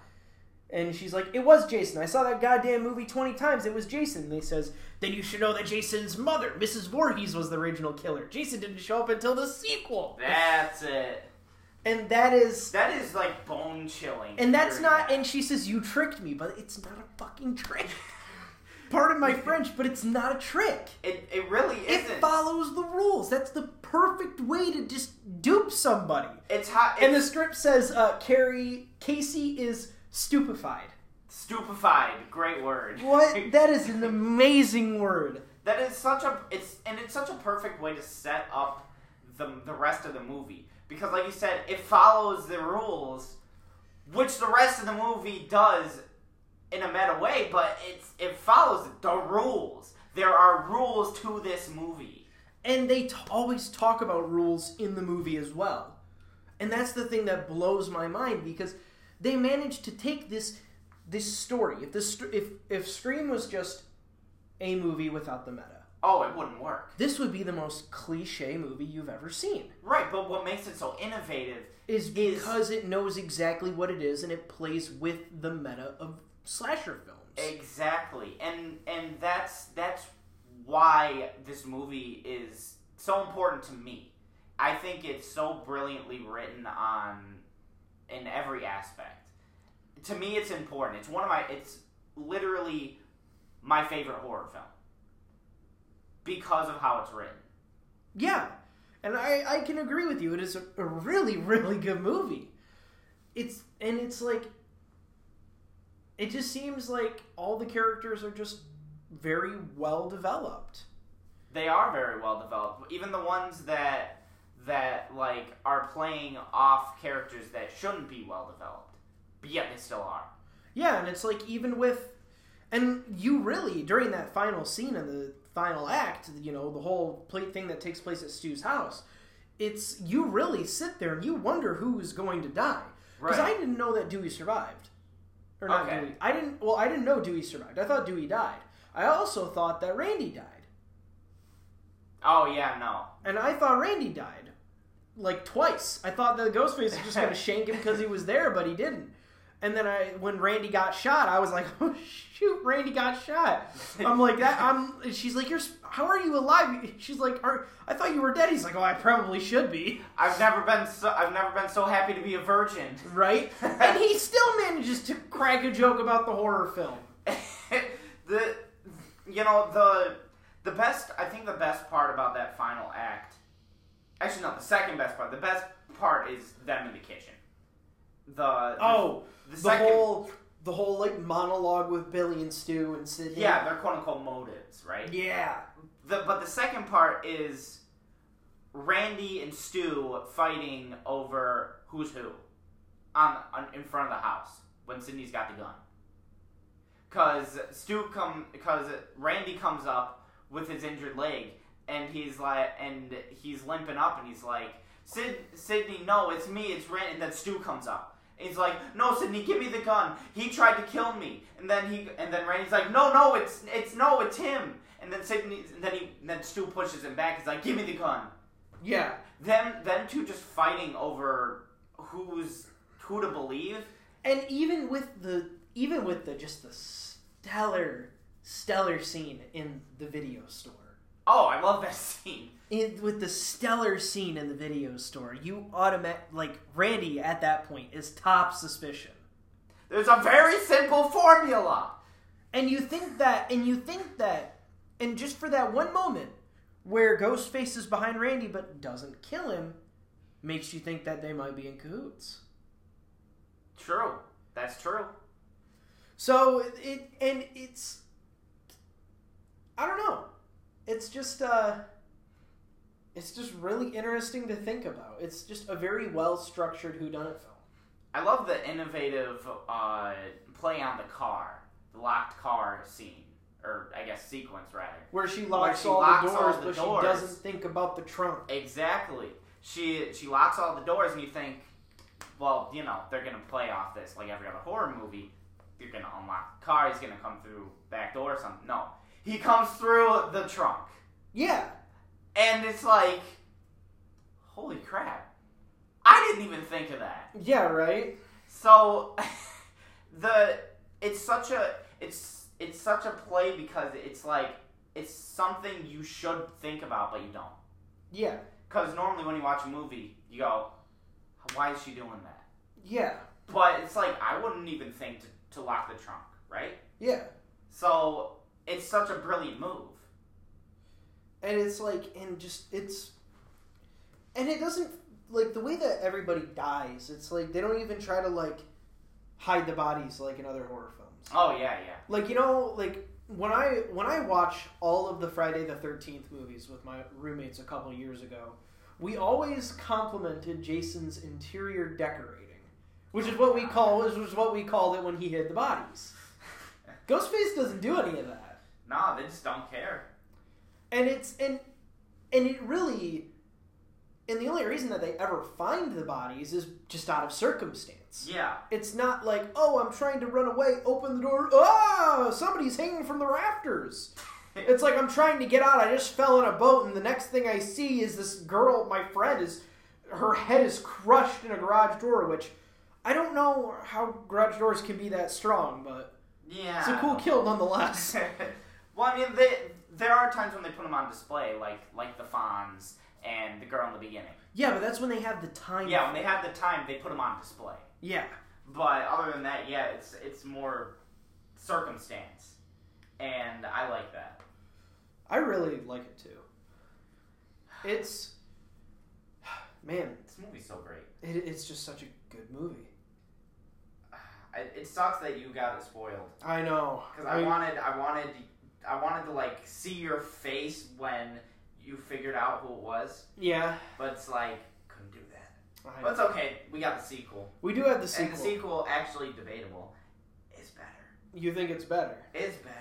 Speaker 2: and she's like it was jason i saw that goddamn movie 20 times it was jason and he says then you should know that jason's mother mrs voorhees was the original killer jason didn't show up until the sequel
Speaker 1: that's it
Speaker 2: and that is
Speaker 1: that is like bone chilling
Speaker 2: and that's not and she says you tricked me but it's not a fucking trick <laughs> pardon my french but it's not a trick
Speaker 1: it, it really
Speaker 2: It
Speaker 1: isn't
Speaker 2: follows the rules. That's the perfect way to just dupe somebody.
Speaker 1: it's hot
Speaker 2: And the script says uh, Carrie Casey is stupefied.
Speaker 1: Stupefied, great word. <laughs>
Speaker 2: What? <laughs> that is an amazing word.
Speaker 1: that is such a it's and it's such a perfect way to set up the the rest of the movie because, like you said, it follows the rules, which the rest of the movie does in a meta way, but it's it follows the rules. There are rules to this movie.
Speaker 2: And they t- always talk about rules in the movie as well. And that's the thing that blows my mind because they managed to take this this story. If this st- if if Scream was just a movie without the meta,
Speaker 1: Oh, it wouldn't work,
Speaker 2: this would be the most cliche movie you've ever seen.
Speaker 1: right? But what makes it so innovative
Speaker 2: is because it knows exactly what it is and it plays with the meta of slasher films.
Speaker 1: Exactly, and and that's that's why this movie is so important to me. I think it's so brilliantly written on in every aspect. To me, it's important. It's one of my. It's literally my favorite horror film because of how it's written.
Speaker 2: Yeah, and I, I can agree with you. It is a, a really, really good movie. It's and it's like it just seems like all the characters are just very well developed.
Speaker 1: They are very well developed. Even the ones that that like are playing off characters that shouldn't be well developed, but yet they still are.
Speaker 2: Yeah, and it's like even with and you really during that final scene in the final act, you know, the whole plate thing that takes place at Stu's house, it's you really sit there and you wonder who is going to die. Because
Speaker 1: Right.
Speaker 2: I didn't know that Dewey survived. Or not
Speaker 1: Okay.
Speaker 2: Dewey. I didn't well, I didn't know Dewey survived. I thought Dewey died. I also thought that Randy died.
Speaker 1: Oh yeah, no.
Speaker 2: And I thought Randy died. Like twice. I thought the Ghostface was
Speaker 1: <laughs>
Speaker 2: just gonna shank him because he was there, but he didn't. And then I, when Randy got shot, I was like, <laughs> "Oh shoot, Randy got shot." I'm like that. I'm. She's like, "You're. sp- How are you alive?" She's like, are, "I thought you were dead." He's like, "Oh, I probably should be."
Speaker 1: I've never been so I've never been so happy to be a virgin. <laughs>
Speaker 2: Right? and he still manages to crack a joke about the horror film.
Speaker 1: the you know the the best I think the best part about that final act actually not the second best part the best part is them in the kitchen the
Speaker 2: Oh,
Speaker 1: the,
Speaker 2: the
Speaker 1: second
Speaker 2: whole, the whole like monologue with Billy and Stu and Sid.
Speaker 1: yeah they're quote unquote motives right
Speaker 2: yeah.
Speaker 1: the, but the second part is Randy and Stu fighting over who's who on, on in front of the house when Sydney's got the gun. Cause Stu come because Randy comes up with his injured leg and he's like and he's limping up and he's like Sid Sydney no it's me it's Randy and then Stu comes up. He's like, no, Sydney, give me the gun. He tried to kill me, and then he, and then Randy's like, no, no, it's, it's no, it's him. And then Sydney, and then he, and then Stu pushes him back. He's like, give me the gun.
Speaker 2: Yeah.
Speaker 1: Them, them two just fighting over who's who to believe.
Speaker 2: and even with the even with the just the stellar stellar scene in the video store
Speaker 1: Oh, I love that <laughs> scene.
Speaker 2: it, with the stellar scene in the video store you automatic like randy at that point is top suspicion
Speaker 1: There's a very simple formula.
Speaker 2: and you think that and you think that and just for that one moment where ghostface is behind randy but doesn't kill him makes you think that they might be in cahoots
Speaker 1: True, that's true.
Speaker 2: So it and it's I don't know. It's just uh it's just really interesting to think about. It's just a very well structured whodunit film.
Speaker 1: I love the innovative uh, play on the car, the locked car scene, or I guess sequence rather.
Speaker 2: Where she locks,
Speaker 1: Where she
Speaker 2: all,
Speaker 1: locks
Speaker 2: the doors,
Speaker 1: all the
Speaker 2: but
Speaker 1: doors.
Speaker 2: she doesn't think about the trunk.
Speaker 1: Exactly. She she locks all the doors, and you think, well, you know, they're gonna play off this like every other horror movie. You're gonna unlock the car. He's gonna come through back door or something. No, he comes through the trunk,
Speaker 2: Yeah.
Speaker 1: and it's like, holy crap! I didn't even think of that.
Speaker 2: Yeah, right?
Speaker 1: So <laughs> the it's such a it's it's such a play because it's like it's something you should think about, but you don't.
Speaker 2: Yeah.
Speaker 1: Because normally when you watch a movie, you go, why is she doing that?
Speaker 2: Yeah.
Speaker 1: But it's like, I wouldn't even think to, to lock the trunk, right?
Speaker 2: Yeah.
Speaker 1: So it's such a brilliant move.
Speaker 2: and it's like and just it's and it doesn't like the way that everybody dies it's like they don't even try to like hide the bodies like in other horror films
Speaker 1: Oh, yeah, yeah.
Speaker 2: like you know like when i when i watch all of the friday the 13th movies with my roommates a couple years ago we always complimented jason's interior decorating which is what we call which was what we called it when he hid the bodies ghostface doesn't do any of that
Speaker 1: <laughs> Nah, they just don't care.
Speaker 2: and it's and and it really and the only reason that they ever find the bodies is just out of circumstance
Speaker 1: Yeah.
Speaker 2: it's not like oh i'm trying to run away open the door oh somebody's hanging from the rafters it's like i'm trying to get out i just fell in a boat and the next thing i see is this girl my friend is her head is crushed in a garage door which i don't know how garage doors can be that strong but
Speaker 1: Yeah.
Speaker 2: it's a cool kill nonetheless <laughs>
Speaker 1: <laughs> well, I mean, they, there are times when they put them on display, like like the Fonz and the girl in the beginning.
Speaker 2: yeah but that's when they have the time
Speaker 1: Yeah, when they have the time, they put them on display.
Speaker 2: yeah
Speaker 1: But other than that, yeah, it's it's more circumstance. and I like that.
Speaker 2: I really like it too. It's man,
Speaker 1: This movie's so great.
Speaker 2: it, it's just such a good movie.
Speaker 1: I, it sucks that you got it spoiled
Speaker 2: I know.
Speaker 1: because I, wanted, I wanted, I wanted to like see your face when you figured out who it was,
Speaker 2: yeah.
Speaker 1: but it's like couldn't do that.
Speaker 2: I
Speaker 1: But it's okay. We got the sequel,
Speaker 2: We do have the
Speaker 1: and
Speaker 2: sequel.
Speaker 1: the sequel actually debatable is better.
Speaker 2: You think it's better?
Speaker 1: Is better.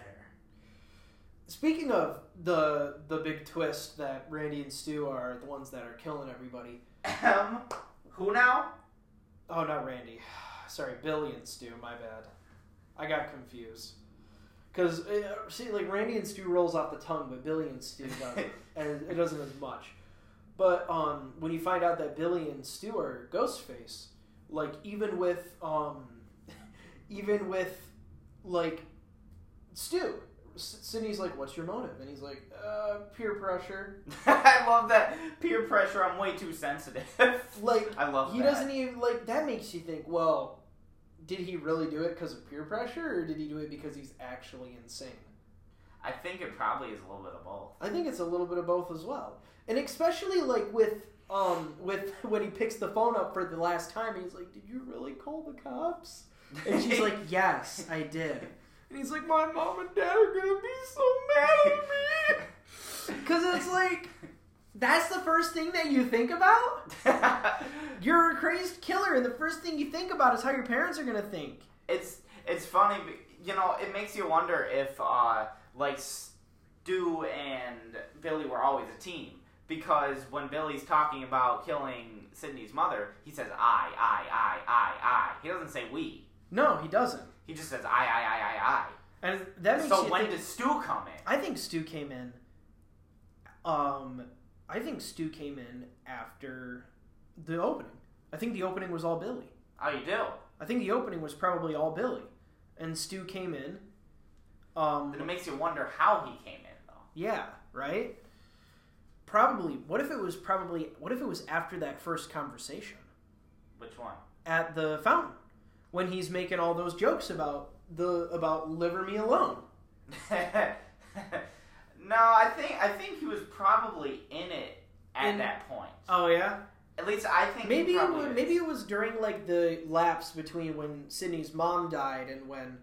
Speaker 2: Speaking of the the big twist that Randy and Stu are the ones that are killing everybody.
Speaker 1: Um, who now? <laughs>
Speaker 2: Oh, not Randy. <sighs> Sorry, Billy and Stu. My bad. I got confused. Cause uh, see, like Randy and Stu rolls off the tongue, but Billy and Stu doesn't, and it doesn't as much. But um, when you find out that Billy and Stu are Ghostface, like even with um, <laughs> even with like Stu, S- Sydney's like, "What's your motive?" And he's like, uh, "Peer pressure."
Speaker 1: I love that peer pressure. I'm way too sensitive. <laughs>
Speaker 2: Like
Speaker 1: I love
Speaker 2: he
Speaker 1: that.
Speaker 2: doesn't even like that makes you think well did he really do it because of peer pressure or did he do it because he's actually insane
Speaker 1: I think it probably is a little bit of both.
Speaker 2: i think it's a little bit of both as well and especially like with um with <laughs> when he picks the phone up for the last time he's like did you really call the cops and
Speaker 1: <laughs>
Speaker 2: <laughs> she's like yes i did and he's like my mom and dad are gonna be so mad at me <laughs> because it's like that's the first thing that you think about
Speaker 1: <laughs>
Speaker 2: You're a crazed killer, and the first thing you think about is how your parents are gonna think.
Speaker 1: it's it's funny, be- you know. It makes you wonder if uh, like Stu and Billy were always a team because when Billy's talking about killing Sydney's mother, he says I, I, I, I, I. He doesn't say we.
Speaker 2: No, he doesn't.
Speaker 1: He just says I, I,
Speaker 2: And
Speaker 1: I, I,
Speaker 2: that
Speaker 1: I.
Speaker 2: makes
Speaker 1: So
Speaker 2: you
Speaker 1: when
Speaker 2: think.
Speaker 1: does Stu come in?
Speaker 2: I think Stu came in. Um, I think Stu came in after the opening. I think the opening was all Billy.
Speaker 1: Oh, you do.
Speaker 2: I think the opening was probably all Billy, and Stu came in. Um,
Speaker 1: Then it makes you wonder how he came in though.
Speaker 2: Yeah, right? Probably. What if it was probably what if it was after that first conversation
Speaker 1: Which one? <laughs>
Speaker 2: at the fountain when he's making all those jokes about the about liver me alone.
Speaker 1: no, I think I think he was probably in it at
Speaker 2: In-
Speaker 1: that point.
Speaker 2: Oh yeah.
Speaker 1: At least I think he
Speaker 2: Maybe it
Speaker 1: probably
Speaker 2: was,
Speaker 1: is.
Speaker 2: maybe it was during like the lapse between when Sydney's mom died and when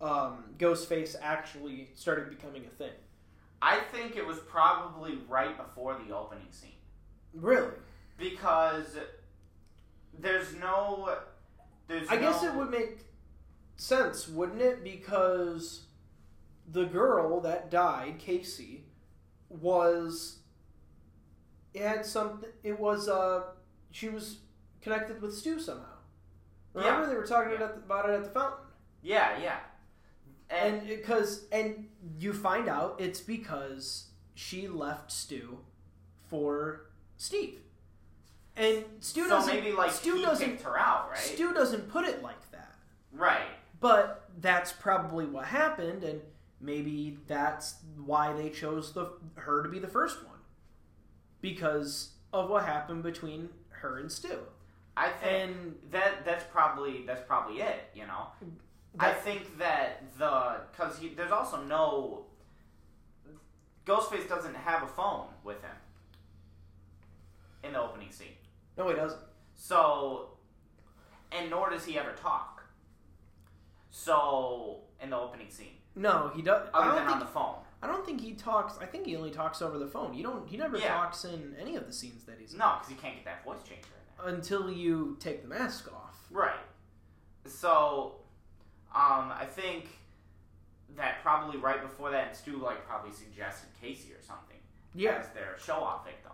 Speaker 2: um, Ghostface actually started becoming a thing.
Speaker 1: I think it was probably right before the opening scene
Speaker 2: Really?
Speaker 1: because there's no there's
Speaker 2: I guess
Speaker 1: no-
Speaker 2: it would make sense, wouldn't it? Because the girl that died, Casey, was it had something. It was uh, she was connected with Stu somehow. Remember, they were talking
Speaker 1: Yeah.
Speaker 2: about, about it at the fountain,
Speaker 1: yeah yeah and,
Speaker 2: and because and you find out it's because she left Stu for Steve, and Stu
Speaker 1: so
Speaker 2: doesn't.
Speaker 1: maybe like
Speaker 2: Stu
Speaker 1: he
Speaker 2: doesn't.
Speaker 1: picked her out right
Speaker 2: Stu doesn't put it like that.
Speaker 1: right
Speaker 2: But that's probably what happened, and maybe that's why they chose the her to be the first one because of what happened between her and Stu.
Speaker 1: I think
Speaker 2: And
Speaker 1: that that's probably that's probably it you know I
Speaker 2: that,
Speaker 1: think that the because he there's also no Ghostface doesn't have a phone with him in the opening scene
Speaker 2: no, he doesn't.
Speaker 1: So, and nor does he ever talk. So, in the opening scene,
Speaker 2: No, he does. I
Speaker 1: other
Speaker 2: don't
Speaker 1: than on
Speaker 2: think.
Speaker 1: the phone,
Speaker 2: I don't think he talks. I think he only talks over the phone. You don't. He never
Speaker 1: Yeah.
Speaker 2: talks in any of the scenes that he's in
Speaker 1: no, because he can't get that voice changer in there.
Speaker 2: until you take the mask off.
Speaker 1: Right. So, um, I think that probably right before that, and Stu like probably suggested Casey or something
Speaker 2: Yeah,
Speaker 1: as their show-off victim.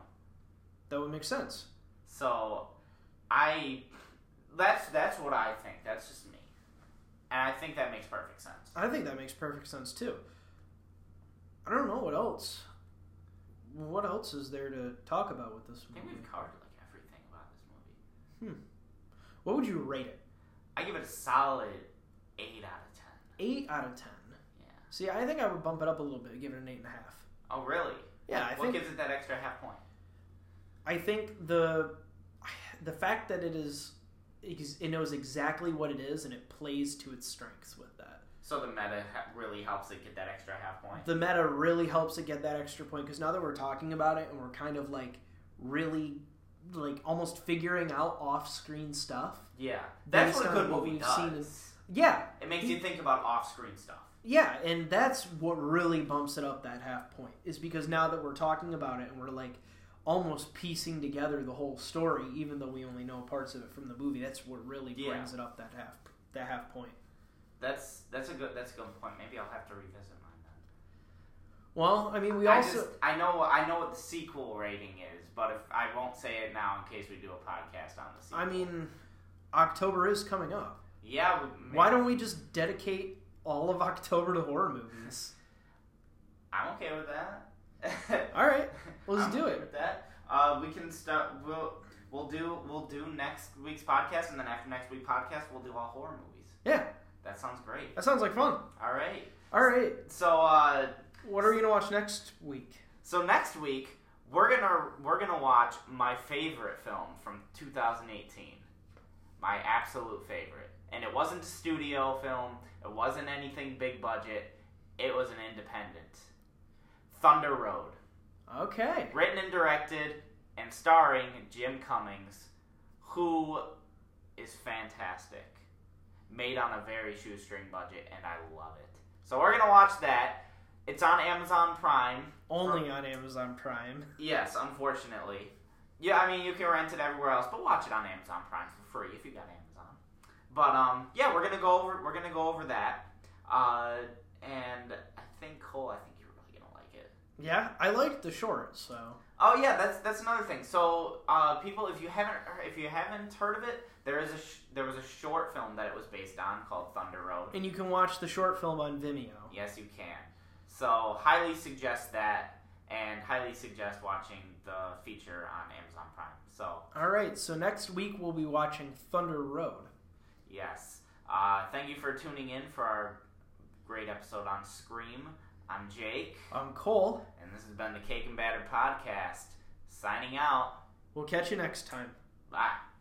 Speaker 2: that would make sense.
Speaker 1: So, I that's that's what I think. That's just me, and I think that makes perfect sense.
Speaker 2: I think that makes perfect sense too. I don't know what else. What else is there to talk about with this
Speaker 1: I think
Speaker 2: movie?
Speaker 1: we've covered like everything about this movie.
Speaker 2: What would you rate it?
Speaker 1: I give it a solid eight out of ten.
Speaker 2: Eight out of ten.
Speaker 1: Yeah.
Speaker 2: See, I think I would bump it up a little bit, give it an eight and a half.
Speaker 1: Oh, really?
Speaker 2: Yeah, I
Speaker 1: what
Speaker 2: think
Speaker 1: gives it that extra half point?
Speaker 2: I think the the fact that it is it knows exactly what it is and it plays to its strengths with that.
Speaker 1: So the meta ha- really helps it get that extra half point.
Speaker 2: The meta really helps it get that extra point because now that we're talking about it and we're kind of like really like almost figuring out off-screen stuff.
Speaker 1: Yeah, that's
Speaker 2: Based
Speaker 1: what a
Speaker 2: on
Speaker 1: good
Speaker 2: what
Speaker 1: movie
Speaker 2: we've
Speaker 1: does.
Speaker 2: seen Yeah,
Speaker 1: it makes you think about off-screen stuff.
Speaker 2: yeah, and that's what really bumps it up that half point is because now that we're talking about it and we're like almost piecing together the whole story, even though we only know parts of it from the movie. That's what really
Speaker 1: Yeah.
Speaker 2: brings it up that half that half point.
Speaker 1: That's that's a good that's a good point. Maybe I'll have to revisit mine then.
Speaker 2: Well, I mean, we
Speaker 1: I
Speaker 2: also
Speaker 1: just, I know I know what the sequel rating is, but if I won't say it now in case we do a podcast on the sequel.
Speaker 2: I mean, October is coming up.
Speaker 1: yeah. We, maybe-
Speaker 2: Why don't we just dedicate all of October to horror movies?
Speaker 1: I'm okay with that. <laughs>
Speaker 2: All right, let's
Speaker 1: I'm
Speaker 2: do
Speaker 1: okay
Speaker 2: it.
Speaker 1: Um, With that, uh, we can start. We'll we'll do we'll do next week's podcast, and then after next week's podcast, we'll do all horror movies.
Speaker 2: Yeah.
Speaker 1: that sounds great.
Speaker 2: That sounds like fun.
Speaker 1: All right.
Speaker 2: All right,
Speaker 1: So uh,
Speaker 2: what are we gonna watch next week?
Speaker 1: so next week we're gonna we're gonna watch my favorite film from 2018, my absolute favorite, and it wasn't a studio film. It wasn't anything big budget. It was an independent. Thunder Road.
Speaker 2: Okay.
Speaker 1: written and directed and starring Jim Cummings, who is fantastic. Made on a very shoestring budget, and I love it. So we're gonna watch that. It's on Amazon Prime.
Speaker 2: Only on Amazon Prime.
Speaker 1: Yes, unfortunately. Yeah, I mean you can rent it everywhere else, but watch it on Amazon Prime for free if you got Amazon. But um, yeah, we're gonna go over we're gonna go over that. Uh, and I think Cole, I think you're really gonna like it.
Speaker 2: Yeah, I liked the short, so
Speaker 1: Oh yeah, that's that's another thing. So uh, people, if you haven't if you haven't heard of it, there is a sh- there was a short film that it was based on called Thunder Road.
Speaker 2: and you can watch the short film on Vimeo.
Speaker 1: Yes, you can. So highly suggest that, and highly suggest watching the feature on Amazon Prime. So
Speaker 2: All right, so next week we'll be watching Thunder Road.
Speaker 1: yes, uh, thank you for tuning in for our great episode on Scream. I'm Jake,
Speaker 2: I'm Cole.
Speaker 1: and this has been the Cake and Batter podcast. Signing out.
Speaker 2: We'll catch you next time.
Speaker 1: Bye.